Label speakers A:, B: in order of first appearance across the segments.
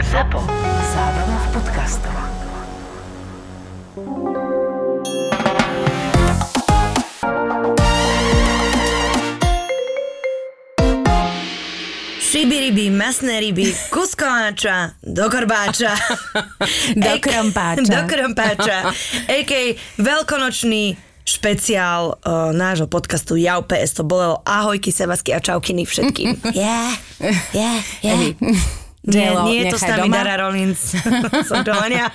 A: ZAPO. Zábrná v podcastov.
B: Šiby ryby, masné ryby, kus koláča, do korbáča.
C: Do
B: AK
C: krompáča.
B: Do krompáča. AK veľkonočný špeciál uh, nášho podcastu Jau PS to bolelo. Ahojky, sevasky a čaukiny všetkým. Yeah, yeah, yeah. Nie,
C: Jelo,
B: nie je to s
C: nechaj
B: nami
C: doma.
B: Dara Rollins. Som to len ja.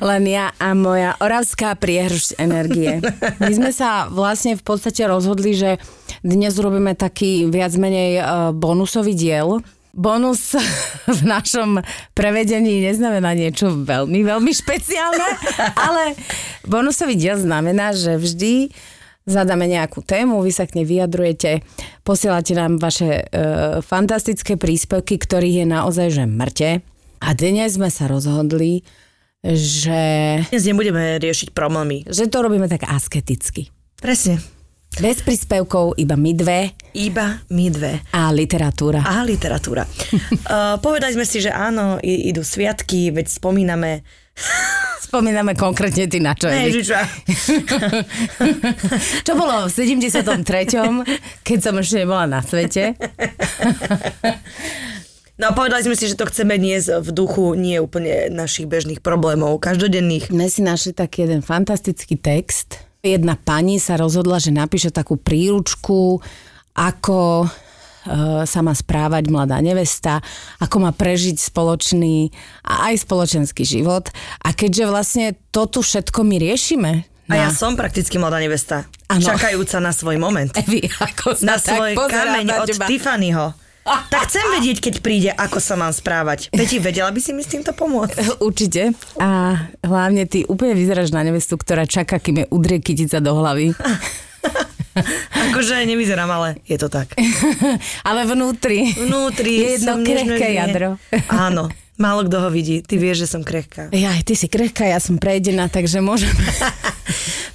C: Len ja a moja oravská priehrž energie. My sme sa vlastne v podstate rozhodli, že dnes urobíme taký viac menej eh, bonusový diel. Bonus v našom prevedení neznamená niečo veľmi, veľmi špeciálne, ale bonusový diel znamená, že vždy zadáme nejakú tému, vy sa k nej vyjadrujete, posielate nám vaše e, fantastické príspevky, ktorých je naozaj že mŕte. A dnes sme sa rozhodli, že,
B: Dnes nebudeme riešiť problémy.
C: že to robíme tak asketicky.
B: Presne.
C: Bez príspevkov, iba my dve
B: Iba my dve.
C: a literatúra.
B: A literatúra. Uh, povedali sme si, že áno, i- idú sviatky, veď spomíname
C: Spomíname konkrétne ty na čo, Erik.
B: Ježiša.
C: Čo bolo v 73., keď som ešte nebola na svete.
B: No a povedali sme si, že to chceme dnes v duchu nie úplne našich bežných problémov, každodenných.
C: My si našli taký jeden fantastický text. Jedna pani sa rozhodla, že napíše takú príručku, ako e, sa má správať mladá nevesta, ako má prežiť spoločný a aj spoločenský život. A keďže vlastne to tu všetko my riešime,
B: A ja som prakticky mladá nevesta,
C: No. Áno.
B: čakajúca na svoj moment.
C: Evi, ako sa
B: Na
C: tak
B: svoj
C: pozerám
B: kameň
C: na
B: od
C: teba.
B: Tiffanyho. Tak chcem vedieť, keď príde, ako sa mám správať. Peti, vedela by si mi s týmto pomôcť?
C: Určite. A hlavne ty úplne vyzeráš na nevestu, ktorá čaká, kým je udrie kytica do hlavy.
B: Akože nevyzerám, ale je to tak.
C: Ale vnútri.
B: Vnútri
C: je jedno
B: som
C: krehké
B: nežno-
C: jadro.
B: Áno, málo kto ho vidí. Ty vieš, že som krehká.
C: Ja, ty si krehká, ja som prejdená, takže môžem.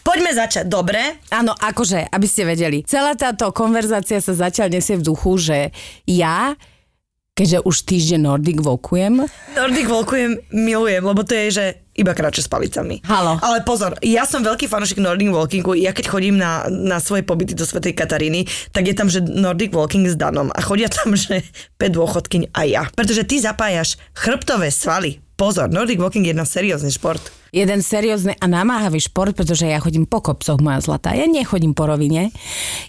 B: Poďme začať. Dobre.
C: Áno, akože, aby ste vedeli. Celá táto konverzácia sa zatiaľ nesie v duchu, že ja, keďže už týždeň Nordic vokujem,
B: Nordic Walkujem milujem, lebo to je, že iba kráče s palicami.
C: Halo.
B: Ale pozor, ja som veľký fanúšik Nordic Walkingu. Ja keď chodím na, na svoje pobyty do Svetej Kataríny, tak je tam, že Nordic Walking s Danom. A chodia tam, že 5 dôchodkyň a ja. Pretože ty zapájaš chrbtové svaly. Pozor, Nordic Walking je jedna seriózny šport.
C: jeden seriózny a namáhavý šport, pretože ja chodím po kopcoch, moja zlatá. Ja nechodím po rovine.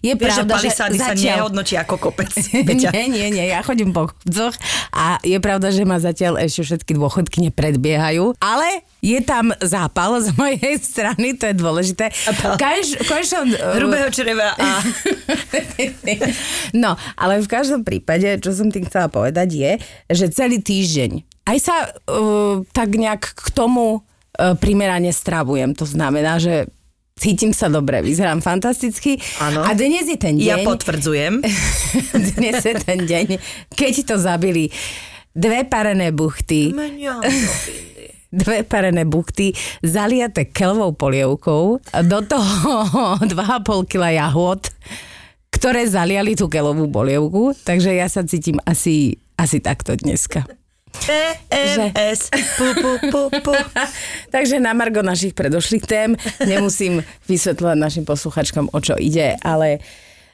C: Je
B: Vieš, že
C: pravda, že
B: palisády sa
C: zatiaľ...
B: nehodnotí ako kopec. Peťa.
C: nie, nie, nie, ja chodím po kopcoch a je pravda, že ma zatiaľ ešte všetky dôchodky nepredbiehajú, ale je tam zápal z mojej strany, to je dôležité.
B: Zápal.
C: Kaž, končom,
B: Hrubého čreva a...
C: no, ale v každom prípade, čo som tým chcela povedať je, že celý týždeň aj sa uh, tak nejak k tomu uh, primerane stravujem. To znamená, že cítim sa dobre, vyzerám fantasticky.
B: Áno.
C: A dnes je ten
B: Ja
C: deň,
B: potvrdzujem.
C: dnes je ten deň, keď to zabili dve parené buchty,
B: Mňam.
C: dve parené buchty zaliate keľvou polievkou, do toho 2,5 kg jahôd, ktoré zaliali tú keľovú polievku, takže ja sa cítim asi, asi takto dneska.
B: PMS. E, Pu, pu, pu, pu.
C: Takže na margo našich predošlých tém nemusím vysvetľovať našim posluchačkom, o čo ide, ale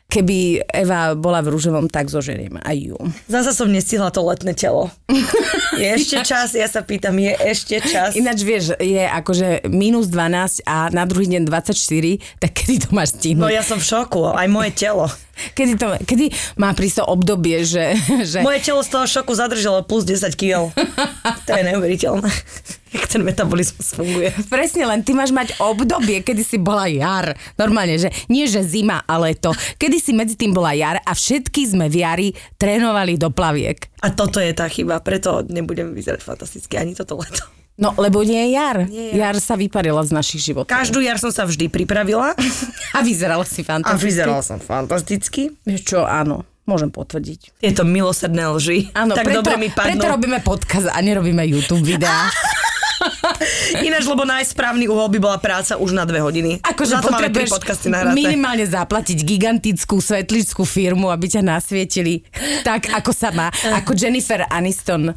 C: keby Eva bola v rúžovom, tak zožeriem aj ju.
B: Zasa som nestihla to letné telo. Je ešte čas, ja sa pýtam, je ešte čas.
C: Ináč vieš, je akože minus 12 a na druhý deň 24, tak kedy to máš
B: No
C: stihnúť?
B: ja som v šoku, aj moje telo.
C: Kedy, to, kedy má prísť to obdobie, že, že
B: Moje telo z toho šoku zadržalo plus 10 kg. To je neuveriteľné. Jak ten metabolizmus funguje.
C: presne len ty máš mať obdobie, kedy si bola jar. Normálne, že nie že zima a leto. Kedy si medzi tým bola jar a všetky sme v jari trénovali do plaviek.
B: A toto je tá chyba, preto nebudem vyzerať fantasticky ani toto leto.
C: No, lebo nie je jar.
B: Nie je
C: Jar sa vyparila z našich životov.
B: Každú jar som sa vždy pripravila
C: A vyzerala si
B: a
C: fantasticky.
B: vyzerala som fantasticky.
C: Vieš čo, áno, môžem potvrdiť.
B: Tieto milosrdné lži
C: Áno,
B: tak
C: preto,
B: dobre mi padnú.
C: preto robíme podcast a nerobíme YouTube videá.
B: Ináč, lebo najsprávny uhol by bola práca už na dve hodiny.
C: Akože
B: na to máme tri
C: potrebuješ
B: podcasty nahraté.
C: minimálne zaplatiť gigantickú svetličskú firmu, aby ťa nasvietili tak, ako sa má,
B: Eh.
C: ako Jennifer Aniston.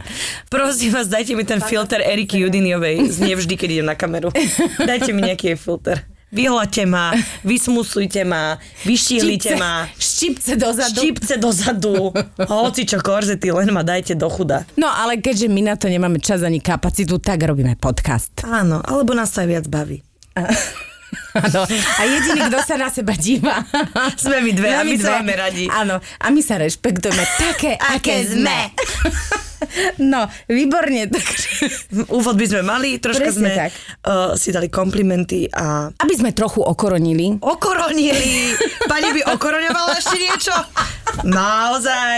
B: Prosím vás, dajte mi ten filter Eriky Judiniovej. Znie vždy, keď idem na kameru. Dajte mi nejaký jej filter. Vyhlaďte ma, vysmusujte ma, vyštíhlite ma.
C: štipce dozadu.
B: Štípce dozadu. Hoci čo korzety, len ma dajte do chuda.
C: No ale keďže my na to nemáme čas ani kapacitu, tak robíme podcast.
B: Áno, alebo nás to aj viac baví.
C: Áno. A jediný, kto sa na seba díva.
B: Sme my dve a my sa
C: dve.
B: máme radi.
C: Áno. A my sa rešpektujeme také, aké,
B: Aké
C: sme.
B: sme.
C: no, výborne. Takže...
B: Úvod by sme mali, troška
C: Presne
B: sme
C: tak.
B: Uh, si dali komplimenty a
C: Aby sme trochu okoronili.
B: okoronili. Pani by okoroňovala ešte niečo? Naozaj.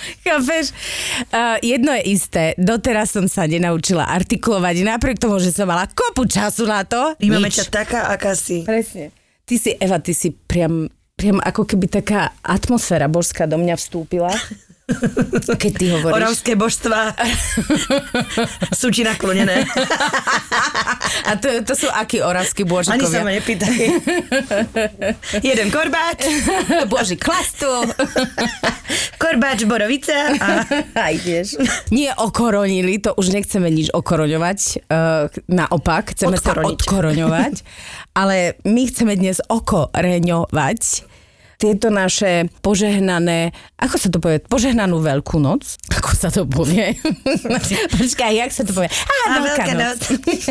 C: Chápeš? Uh, jedno je isté, doteraz som sa nenaučila artikulovať, napriek tomu, že som mala kopu času na to.
B: Vnímame
C: nič.
B: ťa taká, aká si.
C: Presne. Ty si, Eva, ty si priam, priam ako keby taká atmosféra božská do mňa vstúpila. Keď ty hovoríš.
B: Oravské božstva sú ti naklonené.
C: A to, to sú akí oravskí
B: Ani sa
C: božikovia?
B: ma nepýtaj. Jeden korbáč,
C: Boží klastu.
B: korbáč borovice a
C: A ideš. Nie okoronili, to už nechceme nič okoroňovať. Uh, naopak, chceme
B: Odkoroniť.
C: sa odkoroňovať. Ale my chceme dnes okoreňovať tieto naše požehnané, ako sa to povie, požehnanú veľkú noc? Ako sa to povie? Počkaj, jak sa to povie? Ah, Á,
B: Á,
C: veľká,
B: veľká
C: noc.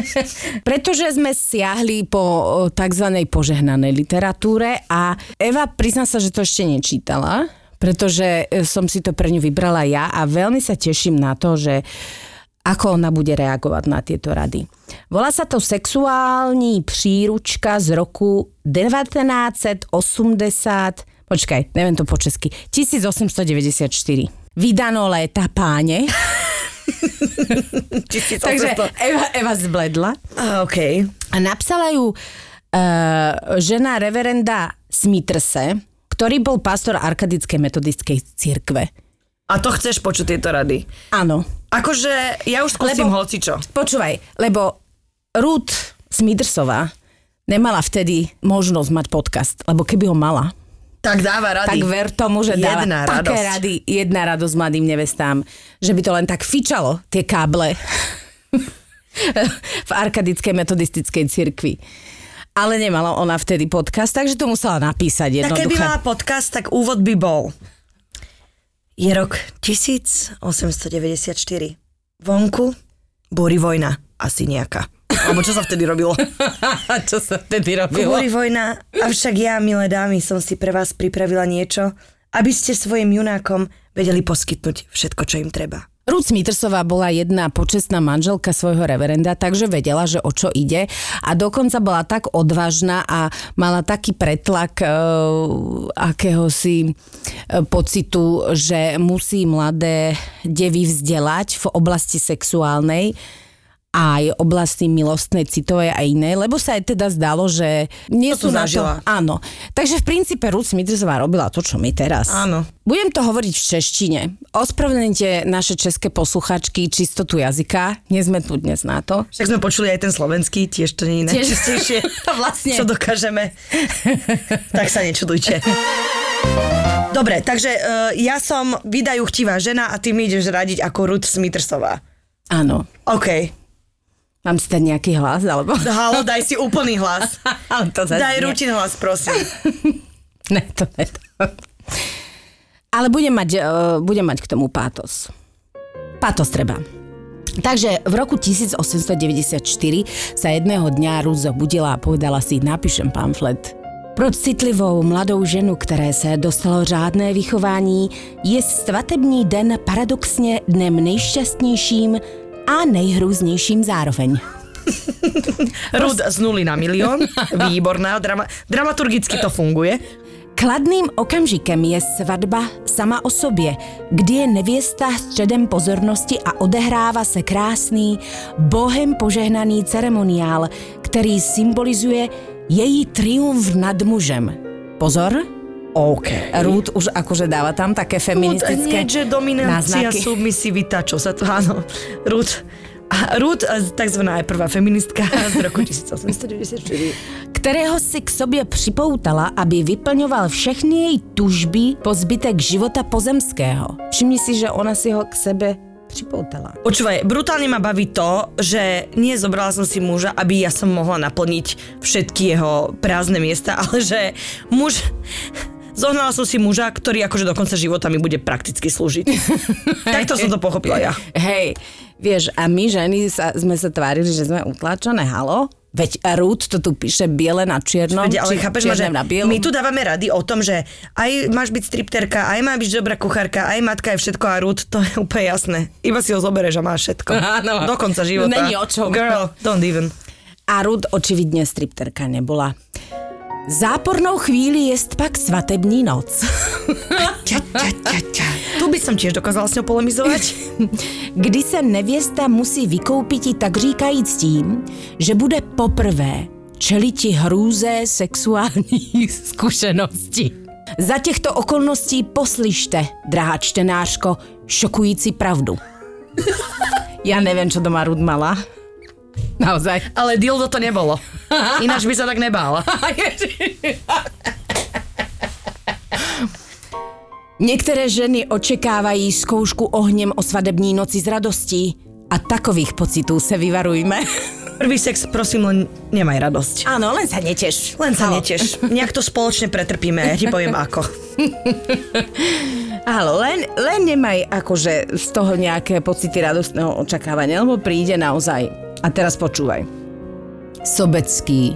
C: Pretože sme siahli po o, tzv. požehnanej literatúre a Eva prizná sa, že to ešte nečítala, pretože e, som si to pre ňu vybrala ja a veľmi sa teším na to, že ako ona bude reagovať na tieto rady. Volá sa to sexuální příručka z roku 1980, počkaj, neviem to po česky, 1894. Vydano léta páne, takže Eva, Eva zbledla.
B: A, OK.
C: A napsala ju uh, žena reverenda Smitrse, ktorý bol pastor Arkadickej metodickej cirkve.
B: A to chceš počuť tieto rady.
C: Áno.
B: Akože ja už skúsim
C: Lebo-
B: Lebo... hocičo.
C: Počúvaj, lebo Ruth Smitrsová nemala vtedy možnosť mať podcast, lebo keby ho mala,
B: Tak dáva rady.
C: tak ver tomu, že dáva
B: Jedna
C: také
B: radosť.
C: rady, jedna radosť mladým nevestám, že by to len tak fičalo, tie káble v arkadickej metodistickej cirkvi. Ale nemala ona vtedy podcast, takže to musela napísať
B: Tak keby
C: jednoduché.
B: mala podcast, tak úvod by bol. Je rok 1894. Vonku búri vojna. Asi nejaká. Alebo čo sa vtedy robilo?
C: Čo sa vtedy
B: Búri vojna. Avšak ja, milé dámy, som si pre vás pripravila niečo, aby ste svojim junákom vedeli poskytnúť všetko, čo im treba.
C: Ruth Smitrsová bola jedna počestná manželka svojho reverenda, takže vedela, že o čo ide a dokonca bola tak odvážna a mala taký pretlak e, akéhosi e, pocitu, že musí mladé devy vzdelať v oblasti sexuálnej aj oblasti milostnej, citovej a inej, lebo sa aj teda zdalo, že nie
B: To tu
C: sú na to...
B: zažila.
C: Áno. Takže v princípe Ruth Smithersová robila to, čo my teraz.
B: Áno.
C: Budem to hovoriť v češtine. Ospravedlnite naše české posluchačky čistotu jazyka. Nie sme tu dnes na to.
B: Však sme počuli aj ten slovenský, tiež to nie je
C: Tiež-
B: najčistejšie.
C: Vlastne.
B: Čo dokážeme. tak sa nečudujte. Dobre, takže uh, ja som vydajú chtivá žena a ty mi ideš radiť ako Ruth Smitrsová.
C: Áno.
B: OK.
C: Mám si dať nejaký hlas, alebo...
B: Halo, daj si úplný hlas.
C: Ale to zase
B: Daj
C: nie.
B: rutin hlas, prosím.
C: Ne, to ne. To. Ale budem mať, uh, budem mať k tomu pátos. Pátos treba. Takže v roku 1894 sa jedného dňa Ruth zobudila a povedala si, napíšem pamflet. Pro citlivou mladou ženu, které se dostalo řádné vychování, je svatební den paradoxně dnem nejšťastnějším a nejhrůznějším zároveň.
B: Rud z nuly na milión. Výborná. Drama- dramaturgicky to funguje.
C: Kladným okamžikem je svatba sama o sobě, kdy je nevěsta středem pozornosti a odehrává se krásný, bohem požehnaný ceremoniál, který symbolizuje její triumf nad mužem. Pozor,
B: OK.
C: Ruth už akože dáva tam také feministické
B: Rud, nie, že dominancia,
C: náznaky.
B: submisivita, čo sa to... Áno. Rud, A Ruth, eh, takzvaná je prvá feministka z roku 1894.
C: kterého si k sobě připoutala, aby vyplňoval všechny její tužby po zbytek života pozemského.
D: Všimni si, že ona si ho k sebe připoutala.
B: Počúvaj, brutálne ma baví to, že nie zobrala som si muža, aby ja som mohla naplniť všetky jeho prázdne miesta, ale že muž... Zohnala som si muža, ktorý akože do konca života mi bude prakticky slúžiť. Takto som to pochopila ja.
D: Hej, vieš, a my ženy sa, sme sa tvárili, že sme utlačené, halo? Veď Ruth to tu píše biele na čiernom,
B: Veď, ale
D: či-
B: chápeš ma, že
D: čierne na bielom.
B: my tu dávame rady o tom, že aj máš byť stripterka, aj má byť dobrá kuchárka, aj matka, aj všetko a Ruth, to je úplne jasné. Iba si ho zoberieš a máš všetko.
D: Áno.
B: Do konca života.
D: Není o čom.
B: Girl, don't even.
D: A Ruth očividně stripterka nebyla. Zápornou chvíli jest pak svatební noc,
B: Ča, ča, ča, ča. Tu by som tiež dokázala s ňou polemizovať.
C: Kdy se nevěsta musí vykoupiti tak říkajíc tím, že bude poprvé čeliti hrůze sexuální zkušenosti. Za těchto okolností poslyšte, drahá čtenářko, šokující pravdu. Já nevím, co doma Rud mala. Naozaj.
B: Ale dildo to nebolo. Ináč by sa tak nebála.
C: Některé ženy očekávají zkoušku ohněm o svadební noci s radostí a takových pocitů se vyvarujme.
B: Prvý sex, prosím, len nemaj radosť.
C: Ano, len sa neteš.
B: Len sa neteš. Nejak to spoločne pretrpíme, ja ti poviem ako.
D: Áno, len, len nemaj akože z toho nejaké pocity radostného očakávania, lebo príde naozaj. A teraz počúvaj.
C: Sobecký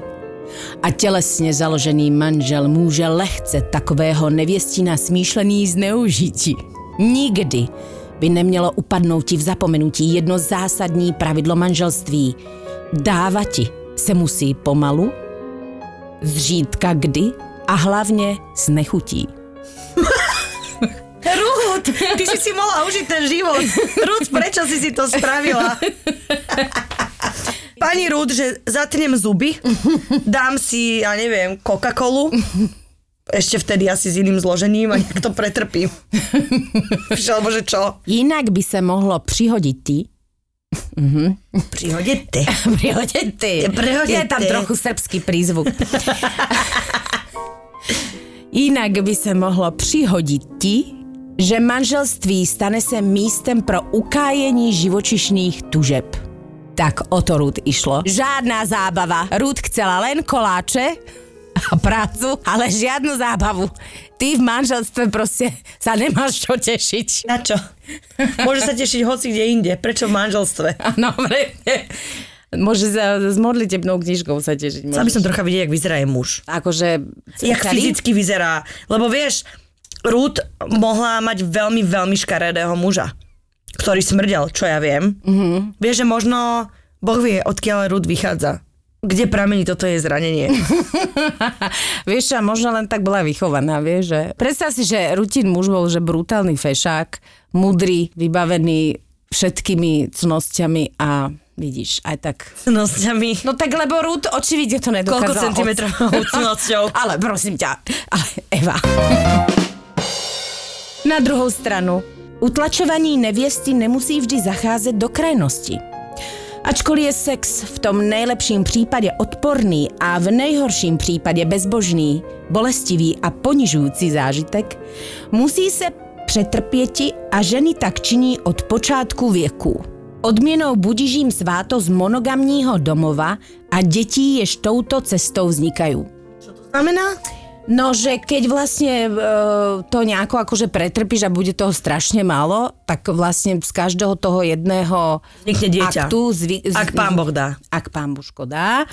C: a tělesně založený manžel může lehce takového nevěstina smýšlený zneužití. Nikdy by nemělo upadnout ti v zapomenutí jedno zásadní pravidlo manželství. Dávati se musí pomalu, zřídka kdy a hlavně s nechutí.
B: Ruth, ty si si mohla užiť ten život. Ruth, prečo si si to spravila? Pani Ruth, že zatnem zuby, dám si, ja neviem, Coca-Colu, ešte vtedy asi s iným zložením a nejak to pretrpím. Víš, Alebo že čo?
C: Jinak by se mohlo přihodit ti,
B: Prihodete.
C: Prihodite.
B: Prihodite.
C: Je tam trochu srbský prízvuk. Jinak by se mohlo přihodit ti, že manželství stane se místem pro ukájení živočišných tužeb. Tak o to Ruth išlo. Žádná zábava. Ruth chcela len koláče a prácu, ale žiadnu zábavu. Ty v manželstve proste sa nemáš čo tešiť.
B: Na čo? Môže sa tešiť hoci kde inde. Prečo v manželstve?
D: Áno, presne. Môže sa s modlitebnou knižkou sa tešiť.
B: Chcela by
D: Môžeš.
B: som trocha vidieť, jak vyzerá jej muž.
D: Akože... celý?
B: Jak fyzicky vyzerá. Lebo vieš, Ruth mohla mať veľmi, veľmi škaredého muža, ktorý smrdel, čo ja viem. Mm-hmm. Vieš, že možno Boh vie, odkiaľ Ruth vychádza. Kde pramení toto je zranenie?
D: Vieš, a možno len tak bola vychovaná, vieš, že... Predstav si, že rutin muž bol, že brutálny fešák, mudrý, vybavený všetkými cnosťami a vidíš, aj tak...
B: Nosťami.
D: No tak lebo Ruth očividne to nedokázala.
B: Koľko
D: od-
B: centimetrov húcnosťou?
D: Ale prosím ťa, ale Eva.
C: Na druhou stranu, utlačovaní nevěsty nemusí vždy zacházet do krajnosti. Ačkoliv je sex v tom nejlepším případě odporný a v nejhorším případě bezbožný, bolestivý a ponižující zážitek, musí se přetrpěti a ženy tak činí od počátku věku. Odměnou budíš jim svátost monogamního domova a dětí, jež touto cestou vznikají.
B: Znamená?
C: No, že keď vlastne e, to nejako akože pretrpíš a bude toho strašne málo, tak vlastne z každého toho jedného
B: Vznikne dieťa.
C: aktu... Zvi, z,
B: Ak pán Boh dá.
C: Ak pán Božko dá.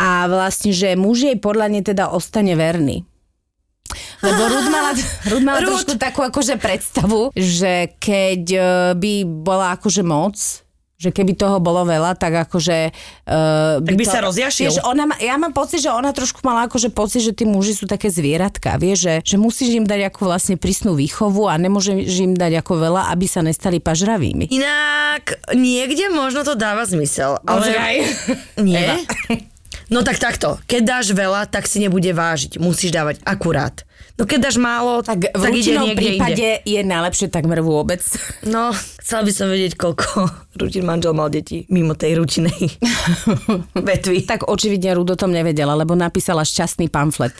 C: A vlastne, že muž jej podľa nej teda ostane verný. Lebo Rud mala, Rud mala
B: Ruth!
C: trošku takú akože predstavu, že keď e, by bola akože moc, že keby toho bolo veľa, tak akože... Uh,
B: Tak by sa rozjašil.
C: Vieš, ona, ma- ja mám pocit, že ona trošku mala akože pocit, že tí muži sú také zvieratka, vieš, že, že musíš im dať ako vlastne prísnu výchovu a nemôžeš im dať ako veľa, aby sa nestali pažravými.
B: Inak niekde možno to dáva zmysel. Ale...
C: Počkaj.
B: Nie? No tak takto, keď dáš veľa, tak si nebude vážiť. Musíš dávať akurát. No keď dáš málo, tak,
E: Tak v
B: tak ide
E: rutinom
B: niekde inde.
E: prípade je najlepšie takmer vôbec.
B: No, chcela by som vedieť, koľko rutin manžel mal deti mimo tej rutinej vetvy.
E: Tak očividne Rudo tom nevedela, lebo napísala šťastný pamflet.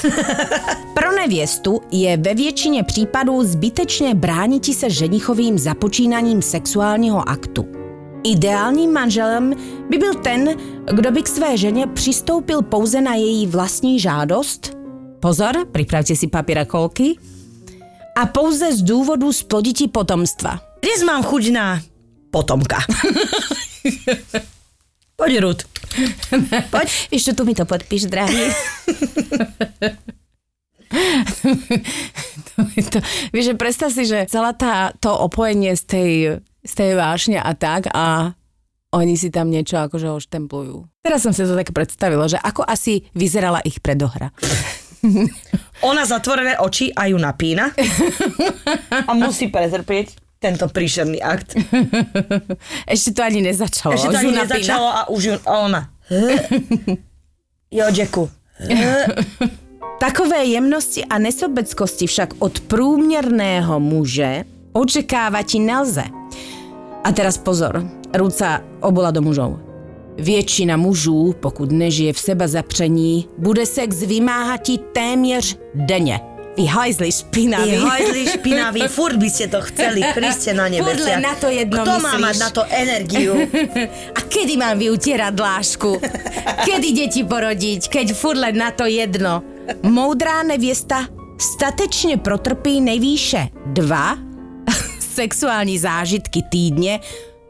E: Pro nevěstu je ve většině případů zbytečné brániti se ženichovým započínaním sexuálního aktu. Ideálním manželem by byl ten, kdo by k své ženě přistoupil pouze na její vlastní žádost. Pozor, připravte si papíra kolky. A pouze z důvodu sploditi potomstva.
B: Dnes mám chuť na potomka. Poď, Rud.
E: Poď, ešte tu mi to podpíš, drahý.
C: To, to, vieš, že predstav si, že celá tá, to opojenie z tej, z tej vášne a tak a oni si tam niečo akože oštemplujú. Teraz som si to tak predstavila, že ako asi vyzerala ich predohra.
B: Ona zatvorené oči a ju napína a musí pretrpieť tento príšerný akt.
C: Ešte to ani nezačalo.
B: Ešte
C: už
B: to ani
C: ju napína.
B: nezačalo a už ju, a ona. Jodeku.
E: Takové jemnosti a nesobeckosti však od průměrného muže očekávať nelze. A teraz pozor, ruca obola do mužov. Většina mužů, pokud nežije v seba zapření, bude sex vymáhat téměř denně. Vy hajzli špinavý.
B: Ty hajzli špinaví, furt by ste to chceli, Kriste na nebesiach.
E: Furt len na to jedno
B: Kto má
E: myslíš?
B: mať na to energiu?
E: A kedy mám vyutierať dlášku? Kedy deti porodiť? Keď furt len na to jedno. Moudrá nevěsta statečně protrpí nejvýše dva sexuální zážitky týdně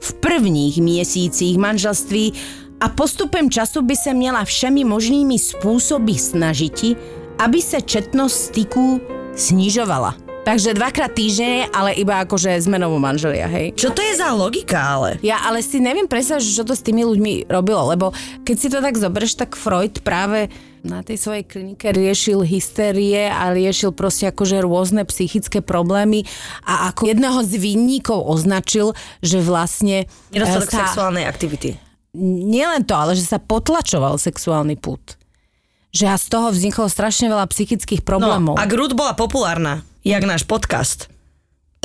E: v prvních měsících manželství a postupem času by se měla všemi možnými způsoby snažiti, aby se četnost styků snižovala. Takže dvakrát týždenne, ale iba akože zmenou manželia, hej?
B: Čo to je za logika, ale?
C: Ja ale si neviem predstaviť, že čo to s tými ľuďmi robilo, lebo keď si to tak zoberieš, tak Freud práve na tej svojej klinike riešil hystérie a riešil proste akože rôzne psychické problémy a ako jedného z vinníkov označil, že vlastne e,
B: Nedostatok
C: sa-
B: sexuálnej aktivity.
C: nielen to, ale že sa potlačoval sexuálny pút. Že a z toho vzniklo strašne veľa psychických
B: No,
C: problémov.
B: ak Ruth bola populárna, jak náš podcast,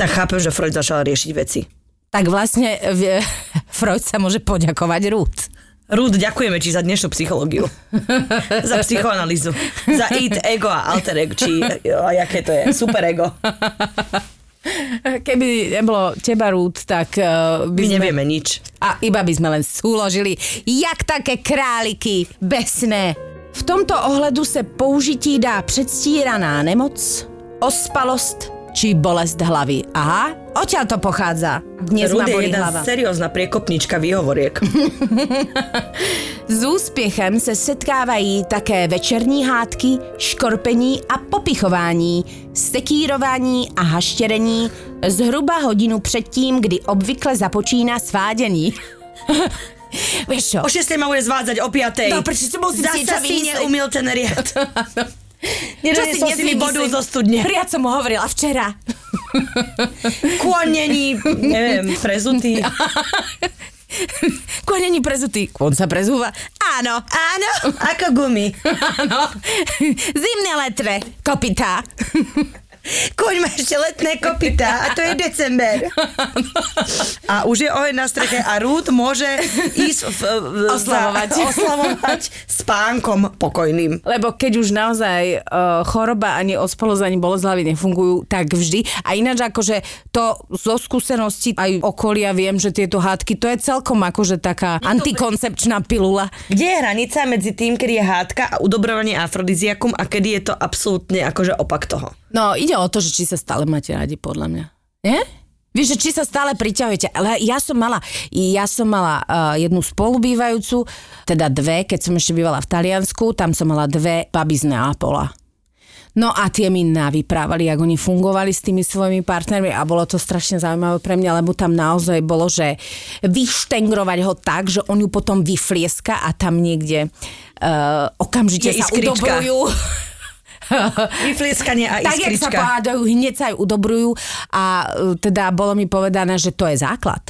B: tak chápem, že Freud začal riešiť veci.
C: Tak vlastne e, Freud sa môže poďakovať Ruth.
B: Ruth, ďakujeme ti za dnešnú psychológiu. za psychoanalýzu. Za id, ego a alter ego. Či, jo, jaké to je? Super ego.
C: Keby nebolo teba, Ruth, tak uh, by
B: My
C: sme...
B: nevieme nič.
C: A iba by sme len súložili, jak také králiky, besné.
E: V tomto ohledu se použití dá předstíraná nemoc, ospalost či bolest hlavy. Aha, odtiaľ to pochádza. Dnes ma
B: Ruth je
E: bolí
B: jedna
E: hlava.
B: seriózna priekopnička výhovoriek.
E: S úspěchem se setkávají také večerní hádky, škorpení a popichování, sekírování a haštěrení zhruba hodinu předtím, kdy obvykle započíná svádění. Vieš čo?
B: O 6 ma bude zvádzať, o 5.
E: No, prečo si musím si niečo
B: Zasa si
E: vymyslieť?
B: neumil ten riad. Nedoniesol si mi
E: nezvymyslím?
B: vodu zo studne.
E: Riad som mu hovorila včera.
B: Kôň není, neviem, prezutý.
E: Kôň není prezutý. Kôň sa prezúva. Áno, áno.
B: Ako gumy.
E: Áno. Zimné letre. Kopytá.
B: Koň má ešte letné kopytá a to je december. A už je oheň na streche a Ruth môže ísť v, v,
C: Oslavovať.
B: Za, oslavovať spánkom pokojným.
C: Lebo keď už naozaj uh, choroba ani ospolosť ani bolesť hlavy nefungujú, tak vždy. A ináč akože to zo skúseností aj okolia viem, že tieto hádky, to je celkom akože taká antikoncepčná pilula.
B: Kde je hranica medzi tým, kedy je hádka a udobrovanie afrodiziakum a kedy je to absolútne akože opak toho?
C: No ide o to, že či sa stále máte radi, podľa mňa. Nie? Vieš, že či sa stále priťahujete, ale ja som mala, ja som mala uh, jednu spolubývajúcu, teda dve, keď som ešte bývala v Taliansku, tam som mala dve baby z Neapola. No a tie mi navyprávali, ako oni fungovali s tými svojimi partnermi a bolo to strašne zaujímavé pre mňa, lebo tam naozaj bolo, že vyštengrovať ho tak, že on ju potom vyflieska a tam niekde uh, okamžite
B: Je
C: sa
B: iskrička.
C: udobrujú.
B: Vyflieskanie a
C: Tak, jak sa
B: iskrička.
C: e, pohádajú, hneď sa aj udobrujú a uh, teda bolo mi povedané, že to je základ.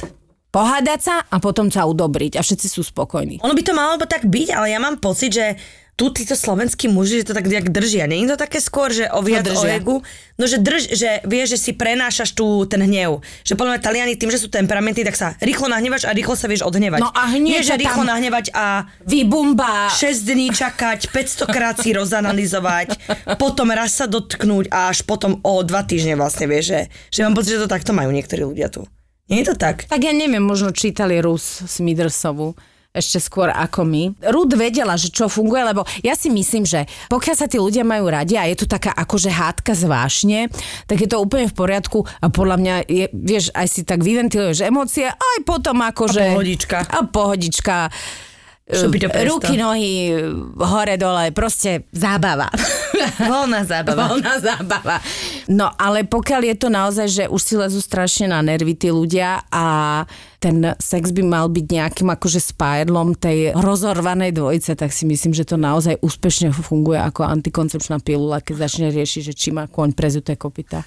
C: pohádať sa a potom sa udobriť a všetci sú spokojní.
B: Ono by to malo tak byť, ale ja mám pocit, že tu títo slovenskí muži, že to tak nejak držia. Není to také skôr, že o viac
C: No,
B: no,
C: držia.
B: o egu? No, že, drž, že vieš, že si prenášaš tu ten hnev. Že podľa mňa Taliani tým, že sú temperamentní, tak sa rýchlo nahnevaš a rýchlo sa vieš odhnevať.
C: No a hneď
B: Nie, že
C: sa
B: rýchlo
C: tam-
B: nahnevať a
C: Vybumba!
B: 6 dní čakať, 500 krát si rozanalizovať, potom raz sa dotknúť a až potom o 2 týždne vlastne vieš, že, že mám pocit, že to takto majú niektorí ľudia tu. Nie je to tak?
C: Tak ja neviem, možno čítali Rus Smidersovu ešte skôr ako my. Rud vedela, že čo funguje, lebo ja si myslím, že pokiaľ sa tí ľudia majú radi a je tu taká akože hádka zvášne, tak je to úplne v poriadku a podľa mňa, je, vieš, aj si tak vyventiluješ emócie, aj potom akože...
B: pohodička.
C: A pohodička.
B: Šupi do prsta.
C: Ruky, nohy, hore, dole, proste zábava.
B: Voľná zábava.
C: Voľná zábava. No ale pokiaľ je to naozaj, že už si lezú strašne na nervy tí ľudia a ten sex by mal byť nejakým akože spájedlom tej rozorvanej dvojice, tak si myslím, že to naozaj úspešne funguje ako antikoncepčná pilula, keď začne riešiť, že či má koň prezuté kopita.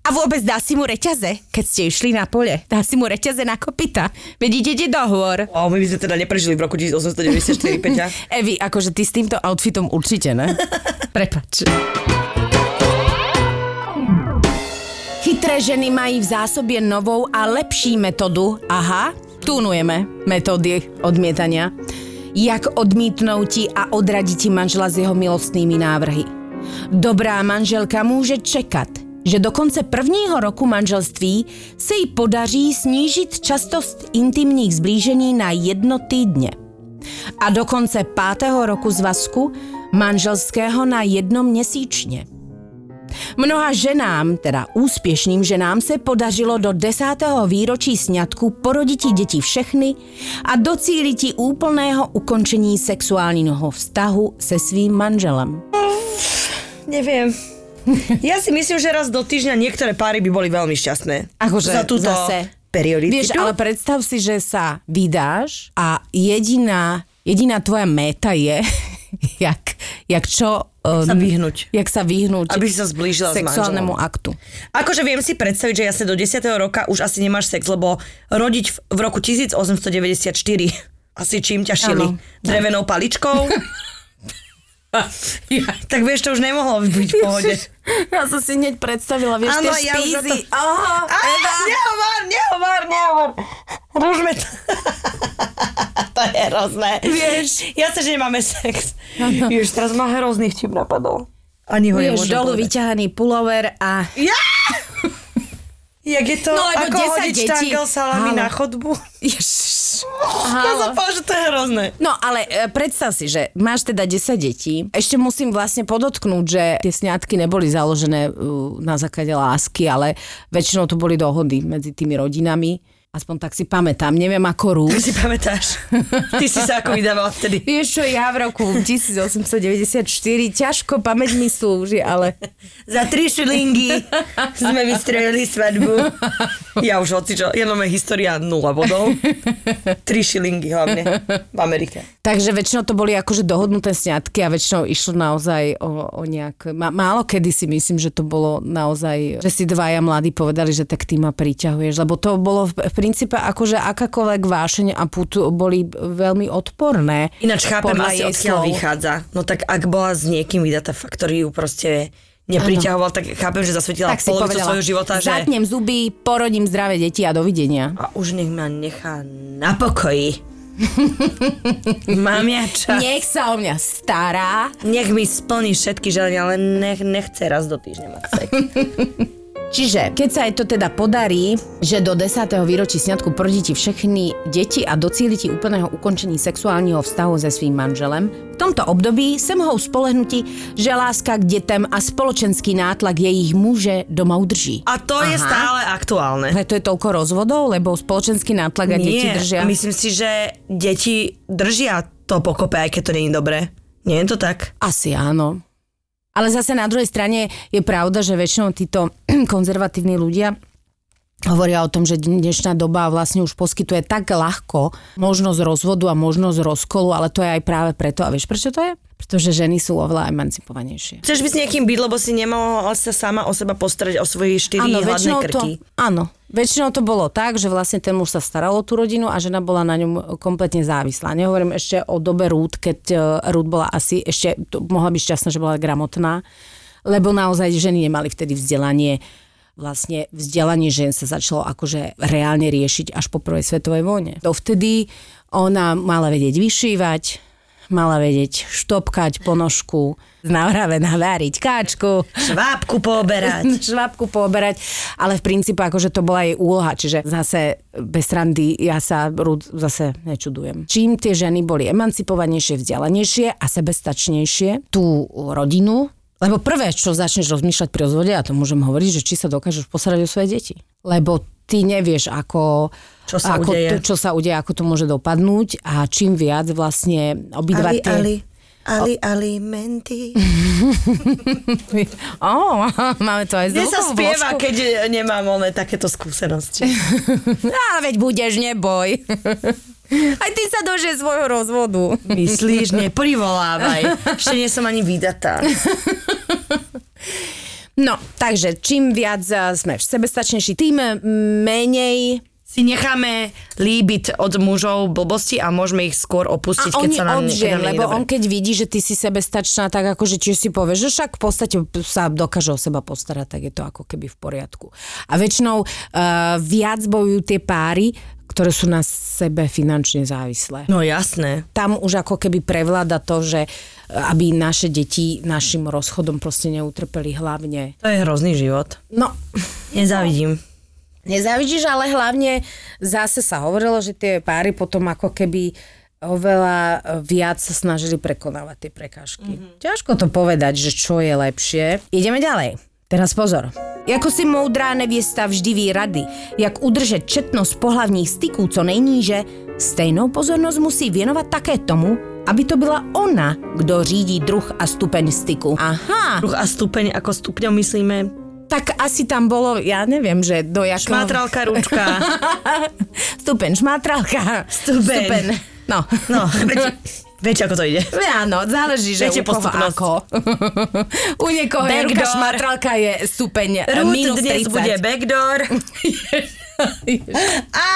E: A vôbec dá si mu reťaze, keď ste išli na pole. Dá si mu reťaze na kopita. Veď idete do hôr.
B: O, my by sme teda neprežili v roku 1894, Peťa.
C: Evi, akože ty s týmto outfitom určite, ne? Prepač. Chytré ženy mají v zásobě novou a lepší metodu. Aha, tunujeme metody odmietania. Jak odmítnou ti a odradí ti manžela s jeho milostnými návrhy. Dobrá manželka může čekat, že do konce prvního roku manželství se jí podaří snížit častost intimních zblížení na jedno týdně a do konce pátého roku zvazku manželského na jednom měsíčně. Mnoha ženám, teda úspěšným ženám, se podařilo do desátého výročí sňatku poroditi děti všechny a docíliti úplného ukončení sexuálního vztahu se svým manželem.
B: Neviem. Ja si myslím, že raz do týždňa niektoré páry by boli veľmi šťastné.
C: Akože
B: za túto
C: zase. Vieš,
B: periodicitu.
C: ale predstav si, že sa vydáš a jediná, jediná tvoja méta je, jak, jak čo... Um,
B: sa vyhnúť.
C: Jak sa vyhnúť.
B: Aby si sa zblížila s
C: Sexuálnemu
B: manželom.
C: aktu.
B: Akože viem si predstaviť, že jasne do 10. roka už asi nemáš sex, lebo rodiť v, v roku 1894 asi čím ťa šili?
C: Áno.
B: Drevenou paličkou? tak vieš, to už nemohlo byť v pohode.
C: Ja som si hneď predstavila, vieš,
B: Áno,
C: tie
B: ja už za to...
C: špízy. Aha,
B: Á,
C: Eva.
B: Nehovor, nehovor, nehovor. Rúžme to. to je hrozné.
C: Vieš.
B: Ja sa, že nemáme sex.
C: No,
B: Už teraz ma hrozný vtip napadol. Ani ho
C: Vieš,
B: nemôžem
C: dolu
B: povedať.
C: vyťahaný pulover a...
B: Jak je to,
C: No, lebo
B: ako
C: 10
B: hodiť
C: detí.
B: štangel salami
C: Halo.
B: na chodbu?
C: Ježiš.
B: Ja som povedal, že to je hrozné.
C: No ale e, predstav si, že máš teda 10 detí. Ešte musím vlastne podotknúť, že tie sňatky neboli založené e, na základe lásky, ale väčšinou to boli dohody medzi tými rodinami. Aspoň tak si pamätám, neviem ako rúd.
B: si pamätáš? Ty si sa ako vydávala vtedy.
C: Vieš čo, ja v roku 1894, ťažko pamäť mi slúži, ale...
B: Za tri šilingy sme vystrelili svadbu. Ja už hocičo, ja máme história nula bodov. Tri šilingy hlavne v Amerike.
C: Takže väčšinou to boli akože dohodnuté sňatky a väčšinou išlo naozaj o, o nejak... Má, málo kedy si myslím, že to bolo naozaj, že si dvaja mladí povedali, že tak ty ma priťahuješ, lebo to bolo v, v princípe akože akákoľvek vášeň a put boli veľmi odporné.
B: Ináč chápem
C: podľa
B: asi,
C: jej
B: odkiaľ
C: slov.
B: vychádza. No tak ak bola s niekým vydatá faktoriu, proste nepriťahoval, tak chápem, že zasvetila
C: Tak si
B: polovicu
C: povedala,
B: svojho života, že...
C: zatnem zuby, porodím zdravé deti a dovidenia.
B: A už nech ma nechá na pokoji. Mám ja čas.
C: Nech sa o mňa stará.
B: Nech mi splní všetky želania, ale nech, nechce raz do týždňa mať sex.
C: Čiže keď sa aj to teda podarí, že do 10. výročí sňatku porodíte všechny deti a docílite úplného ukončení sexuálneho vztahu se svým manželem, v tomto období se mohou spolehnuti, že láska k dětem a spoločenský nátlak jejich muže doma udrží.
B: A to je
C: Aha.
B: stále aktuálne.
C: Preto je toľko rozvodov, lebo spoločenský nátlak a deti držia.
B: myslím si, že deti držia to pokope, aj keď to není dobré. Nie je to tak?
C: Asi áno. Ale zase na druhej strane je pravda, že väčšinou títo konzervatívni ľudia hovoria o tom, že dnešná doba vlastne už poskytuje tak ľahko možnosť rozvodu a možnosť rozkolu, ale to je aj práve preto. A vieš, prečo to je? pretože ženy sú oveľa emancipovanejšie.
B: Chceš byť s niekým byť, lebo si nemohla sa sama o seba postarať o svoje štyri hladné
C: väčšinou
B: krky.
C: To, áno, väčšinou to bolo tak, že vlastne ten muž sa staral o tú rodinu a žena bola na ňom kompletne závislá. Nehovorím ešte o dobe Ruth, keď eh, Ruth bola asi ešte, to, mohla byť šťastná, že bola gramotná, lebo naozaj ženy nemali vtedy vzdelanie. Vlastne vzdelanie žien sa začalo akože reálne riešiť až po prvej svetovej vojne. Dovtedy ona mala vedieť vyšívať, mala vedieť štopkať ponožku, navravená váriť káčku
B: Švábku pooberať.
C: švábku pooberať, ale v princípe akože to bola jej úloha, čiže zase bez randy ja sa Ruth zase nečudujem. Čím tie ženy boli emancipovanejšie, vzdelanejšie a sebestačnejšie, tú rodinu, lebo prvé, čo začneš rozmýšľať pri rozvode, a to môžem hovoriť, že či sa dokážeš posarať o svoje deti. Lebo ty nevieš, ako,
B: Čo sa
C: ako
B: udeje.
C: To, čo sa udeje, ako to môže dopadnúť a čím viac vlastne obidva
B: ali,
C: tie...
B: ali, ali, alimenty.
C: Oh, máme to aj
B: Kde sa
C: zvukovú
B: spieva,
C: vložku.
B: keď e, nemám one takéto skúsenosti?
C: No, Ale veď budeš, neboj. Aj ty sa dože svojho rozvodu.
B: Myslíš, neprivolávaj. Ešte nie som ani vydatá.
C: No, takže čím viac eh, sme sebestačnejší, tým eh, menej
B: Si necháme líbiť od mužov blbosti a môžeme ich skôr
C: a
B: opustiť, keď
C: oni
B: sa nám
C: od
B: keď
C: žien,
B: nám nie je
C: lebo
B: dobre.
C: on keď vidí, že ty si sebestačná, tak akože či si povieš, že však v podstate sa dokáže o seba postarať, tak je to ako keby v poriadku. A väčšinou uh, viac bojujú tie páry, ktoré sú na sebe finančne závislé.
B: No jasné.
C: tam už ako keby prevláda to, že e, aby naše deti našim rozchodom proste neutrpeli hlavne.
B: To je hrozný život.
C: No,
B: Nezávidím.
C: nezávidíš, ale hlavne zase sa hovorilo, že tie páry potom ako keby oveľa e, viac sa snažili prekonávať tie prekážky. Mm-hmm. Ťažko to povedať, že čo je lepšie. Ideme ďalej. Teraz pozor.
E: Jako si moudrá nevěsta vždy ví rady, jak udržet četnost pohlavních styků co nejníže, stejnou pozornost musí věnovat také tomu, aby to byla ona, kdo řídí druh a stupeň styku. Aha,
B: Druh a stupeň, ako stupňom myslíme,
C: Tak asi tam bolo, ja neviem, že do jakého...
B: šmátralka, ručka.
C: Stupen, šmátralka.
B: Stupeň.
C: Stupen. No.
B: No, viete, viete ako to ide.
C: Áno, záleží, že
B: Viete
C: u koho
B: postupnosť.
C: ako. u niekoho je ruka
B: Backdoor.
C: šmatralka je stupeň eh,
B: Rút
C: minus
B: dnes
C: 30.
B: bude backdoor.
C: Á,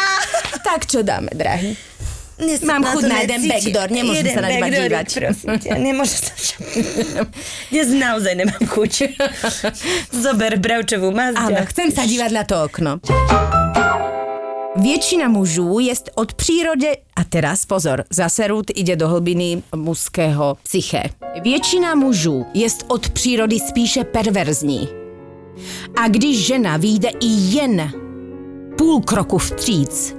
C: tak čo dáme, drahý? Mám chuť na jeden backdoor, nemôžem sa na teba dívať.
B: Prosím ťa, nemôžem sa Dnes naozaj nemám chuť. Zober bravčovú
C: Áno,
B: mazda.
C: chcem sa dívať na to okno.
E: většina mužů jest od přírody, a teraz pozor, zase Ruth ide do hlbiny mužského psyché. Většina mužů jest od přírody spíše perverzní. A když žena vyjde i jen půl kroku vstříc,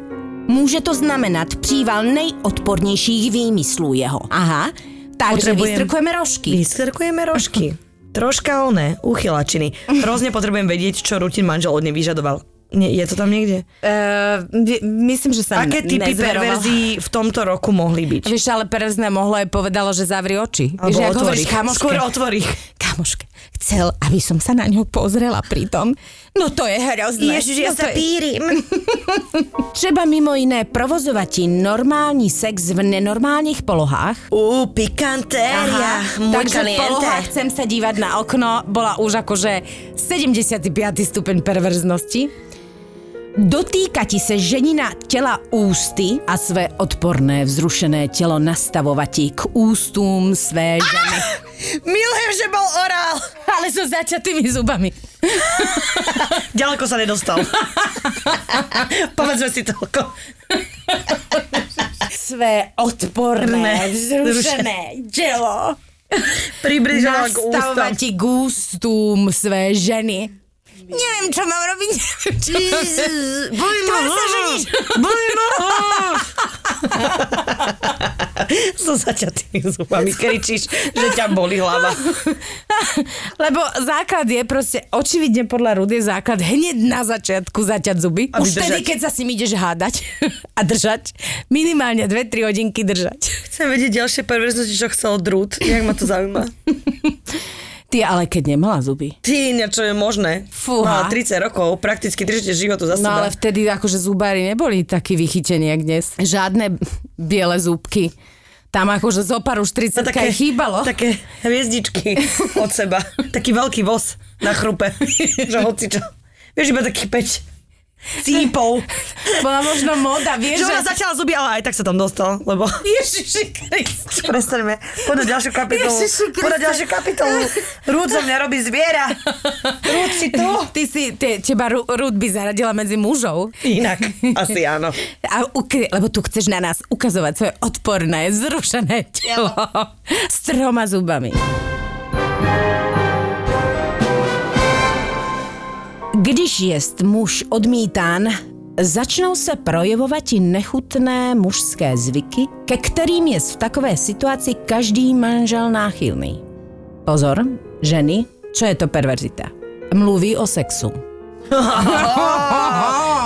E: může to znamenat příval nejodpornějších výmyslů jeho. Aha, takže
B: Potřebujem-
E: vystrkujeme rožky.
B: Vystrkujeme rožky. Troška oné, uchylačiny. Hrozne potrebujem vedieť, čo rutin manžel od nej vyžadoval. Nie, je to tam niekde?
C: Uh, myslím, že sa
B: Aké typy perverzií v tomto roku mohli byť?
C: Vieš, ale perverzné mohlo aj povedalo, že zavri oči. Vieš,
B: Alebo
C: jak
B: otvor
C: hovoríš
B: ich.
C: kamoške.
B: Skôr otvor ich.
C: kamoške, chcel, aby som sa na ňo pozrela pritom. No to je hrozné. no, to je-
B: pírim.
E: Třeba mimo jiné provozovat ti normální sex v nenormálních polohách,
B: Ú, pikantéria. Môj
C: Takže
B: kaliente.
C: poloha chcem sa dívať na okno bola už akože 75. stupeň perverznosti.
E: Dotýka ti se ženina těla ústy
C: A své odporné, vzrušené tělo nastavovať ti k ústům své ženy.
B: Milujem, že bol orál.
C: Ale so zaťatými zubami.
B: Ďaleko sa nedostal. Povedzme si toľko.
C: Své odporné,
B: Odporné,
C: vzrušené tělo
B: Približoval k
C: nastavovať
B: ústam.
C: ti k ústům své ženy. Neviem, čo mám robiť, neviem, čo mám robiť.
B: Bojmo
C: Tvár sa
B: ho!
C: ženíš.
B: Bojmo ho! So zaťatými zubami kričíš, že ťa boli hlava.
C: Lebo základ je proste, očividne podľa Rudy je základ hneď na začiatku zaťať zuby.
B: A
C: A Už
B: vydržať.
C: vtedy, keď sa s ním ideš hádať a držať. Minimálne 2-3 hodinky držať.
B: Chcem vedieť ďalšie perverznosti, čo chcel drút. Jak ma to zaujíma?
C: Ty ale keď nemala zuby.
B: Ty, niečo je možné.
C: Fúha.
B: Mala 30 rokov, prakticky 30 životu za
C: No
B: seba.
C: ale vtedy akože zubári neboli takí vychytení, jak dnes. Žiadne biele zúbky.
F: Tam akože zo pár už 30 no, také, chýbalo. Tak...
B: Také hviezdičky od seba. Taký veľký voz na chrupe. že hoci čo. Vieš, iba taký peč. Cípov.
F: Bola možno moda, vieš,
B: Že
F: že...
B: ona začala zuby, ale aj tak sa tam dostal, lebo...
F: Ježiši Kriste.
B: Prestaňme. Poďme ďalšiu kapitolu.
F: Ježiši Kriste.
B: Poďme ďalšiu kapitolu. Rúd zo mňa robí zviera. Rúd si tu.
F: Ty si, te, teba Ru- Ruth by zaradila medzi mužov.
B: Inak. Asi áno.
F: A ukry, lebo tu chceš na nás ukazovať svoje odporné, zrušené telo s troma zubami.
C: Když jest muž odmítán, začnou se projevovat i nechutné mužské zvyky, ke kterým je v takové situaci každý manžel náchylný. Pozor, ženy, čo je to perverzita? Mluví o sexu.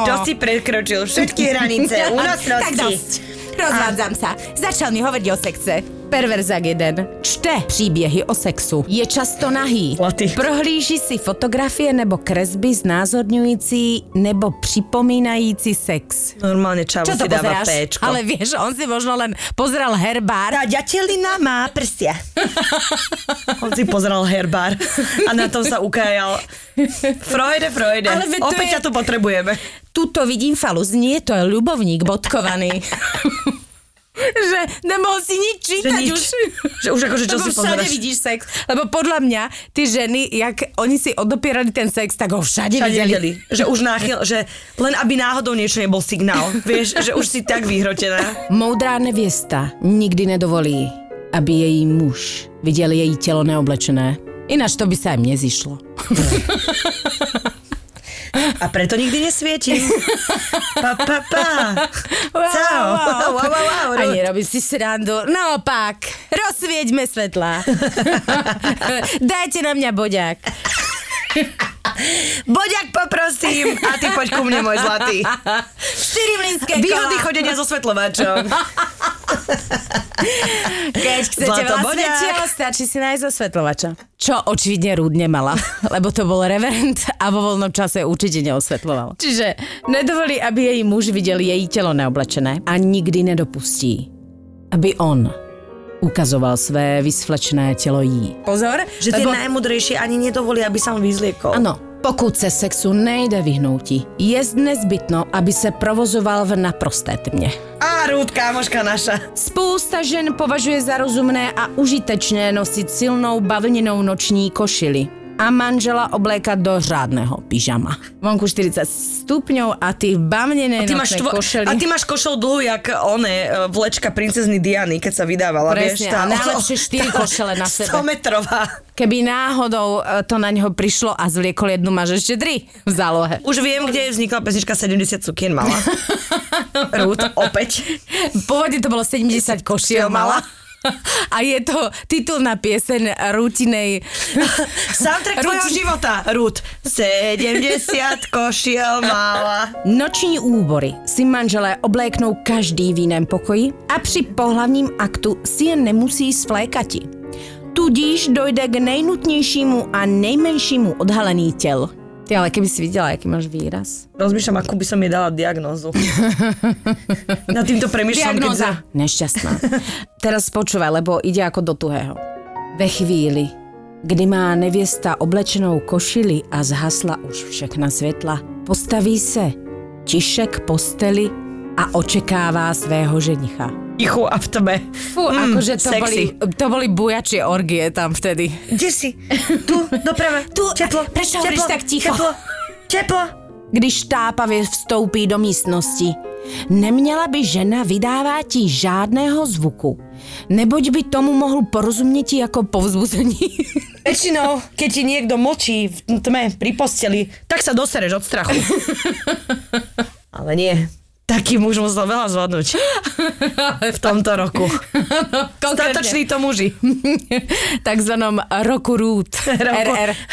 B: To si prekročil všetky hranice.
F: Tak dosť. Rozvádzam sa. Začal mi hovoriť o sexe.
C: Perverzak jeden čte příběhy o sexu. Je často nahý.
B: Zlatý.
C: Prohlíží si fotografie nebo kresby znázorňující nebo připomínající sex.
B: Normálne čavo
F: Čo to
B: si dáva
F: pozeráš?
B: péčko.
F: Ale vieš, on si možno len pozeral herbár.
B: Tá ďatelina má prsia. On si pozeral herbár a na tom sa ukajal. Freude, Freude,
F: Ale veď to
B: opäť
F: je-
B: ťa tu potrebujeme.
C: Tuto vidím falu, znie to je ľubovník bodkovaný.
F: Že nemohol si nič čítať
B: nič.
F: už.
B: Že už akože čo
F: lebo
B: si
F: všade
B: pozeráš.
F: vidíš sex. Lebo podľa mňa, tí ženy, jak oni si odopierali ten sex, tak ho všade,
B: Všade
F: videli.
B: videli, že už náchyl, že len aby náhodou niečo nebol signál. Vieš, že už si tak vyhrotená.
C: Moudrá nevěsta nikdy nedovolí, aby její muž viděl její tělo neoblečené. Ináč to by sa im nezišlo.
B: A preto nikdy nesvietím. Pa, pa, pa. Čau. Wow, wow, wow,
F: A
B: Ruth.
F: nerobím si srandu. Naopak, rozsvieťme svetla. Dajte na mňa boďak.
B: Boďak poprosím a ty poď ku mne, môj zlatý.
F: Štyri mlinské
B: Výhody
F: kola.
B: chodenia so svetlovačom.
F: Keď chcete
B: Zlato
F: vlastne
B: boďak.
F: telo, stačí si nájsť osvetľovača. Čo očividne Rúd nemala, lebo to bol reverend a vo voľnom čase určite neosvetľoval. Čiže nedovolí, aby jej muž videl jej telo neoblečené.
C: A nikdy nedopustí, aby on ukazoval své vysvlečné tělo jí.
F: Pozor,
B: Že tie
F: lebo...
B: najmudrejšie ani nedovolia, aby sa on vyzliekol.
C: Ano, pokud se sexu nejde vyhnouti, je nezbytno, aby se provozoval v naprosté tmě.
B: Á, Ruth, kámoška naša.
C: Spousta žen považuje za rozumné a užitečné nosit silnou bavlněnou noční košili a manžela oblékat do řádného pyžama. Vonku 40 stupňov a ty v bavlnenej nocnej
B: Ty máš tvo-
C: košeli.
B: a ty máš košel dlhú, jak one, e, vlečka princezny Diany, keď sa vydávala. vieš,
C: Presne, a najlepšie štyri košele na sebe.
B: 100 metrová.
C: Keby náhodou e, to na neho prišlo a zvliekol jednu, máš ešte tri v zálohe.
B: Už viem, kde vznikla pesnička 70 sukien mala. Ruth, opäť.
C: Pôvodne to bolo 70 košiel mala. A je to titulná pieseň rutinej...
B: Soundtrack tvojho
C: Ruth-
B: života, Ruth. 70 košiel mala.
C: Noční úbory si manželé obléknou každý v jiném pokoji a při pohlavním aktu si je nemusí svlékati. Tudíž dojde k nejnutnějšímu a nejmenšímu odhalení těl. Ty ale keby si videla, jaký máš výraz.
B: Rozmýšľam, akú by som jej dala diagnózu. Na týmto premýšľam. keď za-
C: Diagnóza. Nešťastná. Teraz počúvaj, lebo ide ako do tuhého. Ve chvíli, kdy má nevěsta oblečenou košili a zhasla už všechna světla, postaví se tiše k posteli a očekává svého ženicha. Hmm,
B: Ticho a v tme.
F: Fú,
B: Mm,
F: akože to
B: sexy.
F: boli, to boli bujačie orgie tam vtedy.
B: Kde si? Tu, doprava. Tu, teplo.
F: prečo hovoríš tak ticho?
B: Teplo, teplo.
C: Když tápavě vstoupí do místnosti, neměla by žena vydávat žádného zvuku, neboť by tomu mohl porozumět jako povzbuzení.
B: Väčšinou, keď ti niekto močí v tme pri posteli, tak sa dosereš od strachu. Ale nie. Taký muž musel veľa zvládnuť v tomto roku. Statoční to muži.
F: takzvanom roku root.
B: Roku-
F: RR.